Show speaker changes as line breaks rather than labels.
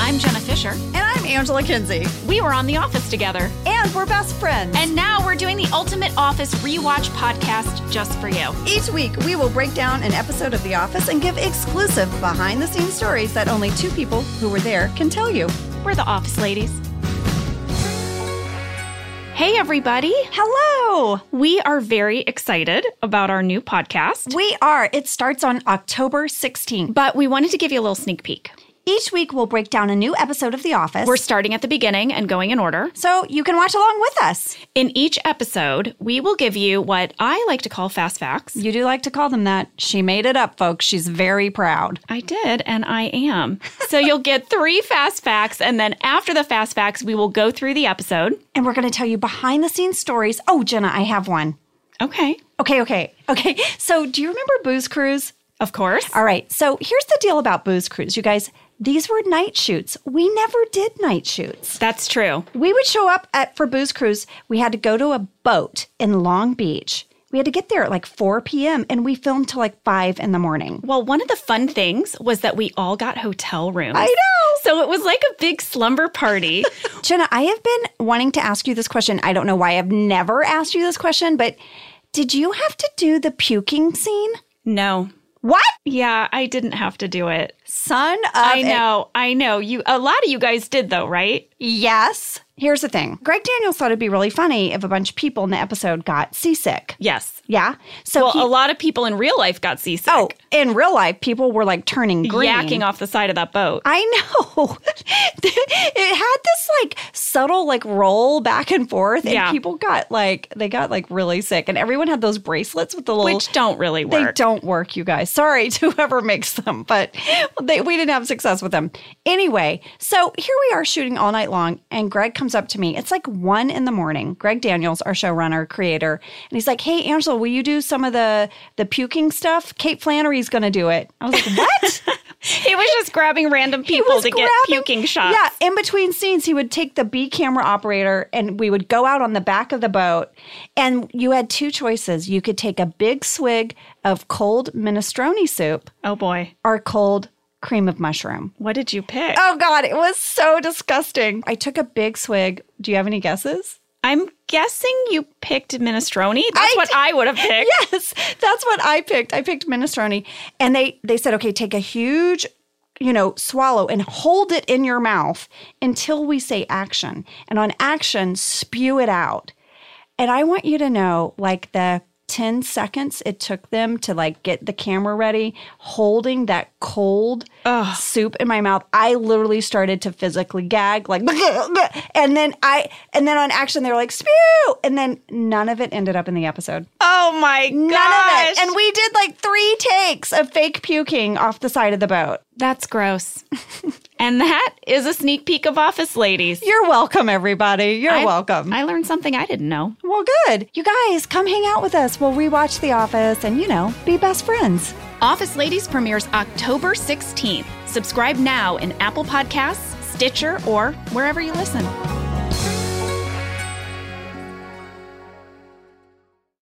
I'm Jenna Fisher.
And I'm Angela Kinsey.
We were on The Office together.
And we're best friends.
And now we're doing the Ultimate Office Rewatch podcast just for you.
each week, we will break down an episode of The Office and give exclusive behind the scenes stories that only two people who were there can tell you.
We're the Office Ladies. Hey, everybody.
Hello!
We are very excited about our new podcast,
We are. It starts on October 16th.
but we wanted to give you a little sneak peek.
Each week, we'll break down a new episode of The Office.
We're starting at the beginning and going in order.
so you can watch along with us.
In each episode, we will give you what I like to call fast facts.
You do like to call them that. She made it up, folks. She's very proud.
I did, and I am. So you'll get three fast facts, and then after the fast facts, we will go through the episode.
And we're going to tell you behind the scenes stories. Oh, Jenna, I have one.
Okay.
Okay, okay, okay. So do you remember Booze Cruise?
Of course.
All right. So here's the deal about booze crews, you guys. These were night shoots. We never did night shoots.
That's true.
We would show up at for booze crews. We had to go to a boat in Long Beach. We had to get there at like 4 p.m. and we filmed till like 5 in the morning.
Well, one of the fun things was that we all got hotel rooms.
I know.
So it was like a big slumber party.
Jenna, I have been wanting to ask you this question. I don't know why I've never asked you this question, but did you have to do the puking scene?
no.
What?
Yeah, I didn't have to do it.
Son of
I
a-
know. I know. You a lot of you guys did though, right?
Yes. Here's the thing. Greg Daniels thought it'd be really funny if a bunch of people in the episode got seasick.
Yes.
Yeah. So
Well, uh,
he-
a lot of people in real life got seasick.
oh, in real life, people were like turning green.
Yacking off the side of that boat.
I know. it had this like subtle like roll back and forth, and
Yeah.
people got like they got like really sick, and everyone had those bracelets with the little.
which Oh, don't really
they
work.
don't work, you guys. Sorry to whoever makes them, but they, we didn't have success with them. Anyway, so here we are shooting all night long, and Greg comes up to me. It's like one in the morning. Greg Daniels, our showrunner, creator, and he's like, "Hey, Angela, will you do some of the the puking stuff? Kate Flannery's going to do it." I was like, "What?"
It was just grabbing random people to get
grabbing-
puking shots.
Yeah, in between scenes, he would take the B camera operator and we would go out on the back of the boat. And you had two choices. You could take a big swig of cold minestrone soup
Oh boy.
or cold cream of mushroom.
What did you pick?
Oh, God, it was so disgusting. I took a big swig. Do you have any guesses?
I'm guessing you picked minestrone. That's
I
what
did-
I would have picked.
Yes, that's what I picked. I picked minestrone, and they they said, okay, take a huge, you know, swallow and hold it in your mouth until we say action, and on action, spew it out. And I want you to know, like the. 10 seconds it took them to like get the camera ready holding that cold soup in my mouth i literally started to physically gag like and then i and then on action they were like spew and then none of it ended up in the episode
Oh my
None
gosh.
of it. And we did like three takes of fake puking off the side of the boat.
That's gross. and that is a sneak peek of Office Ladies.
You're welcome, everybody. You're
I-
welcome.
I learned something I didn't know.
well, good. You guys, come hang out with us. We'll rewatch The Office and, you know, be best friends.
Office Ladies premieres October 16th. Subscribe now in Apple Podcasts, Stitcher, or wherever you listen.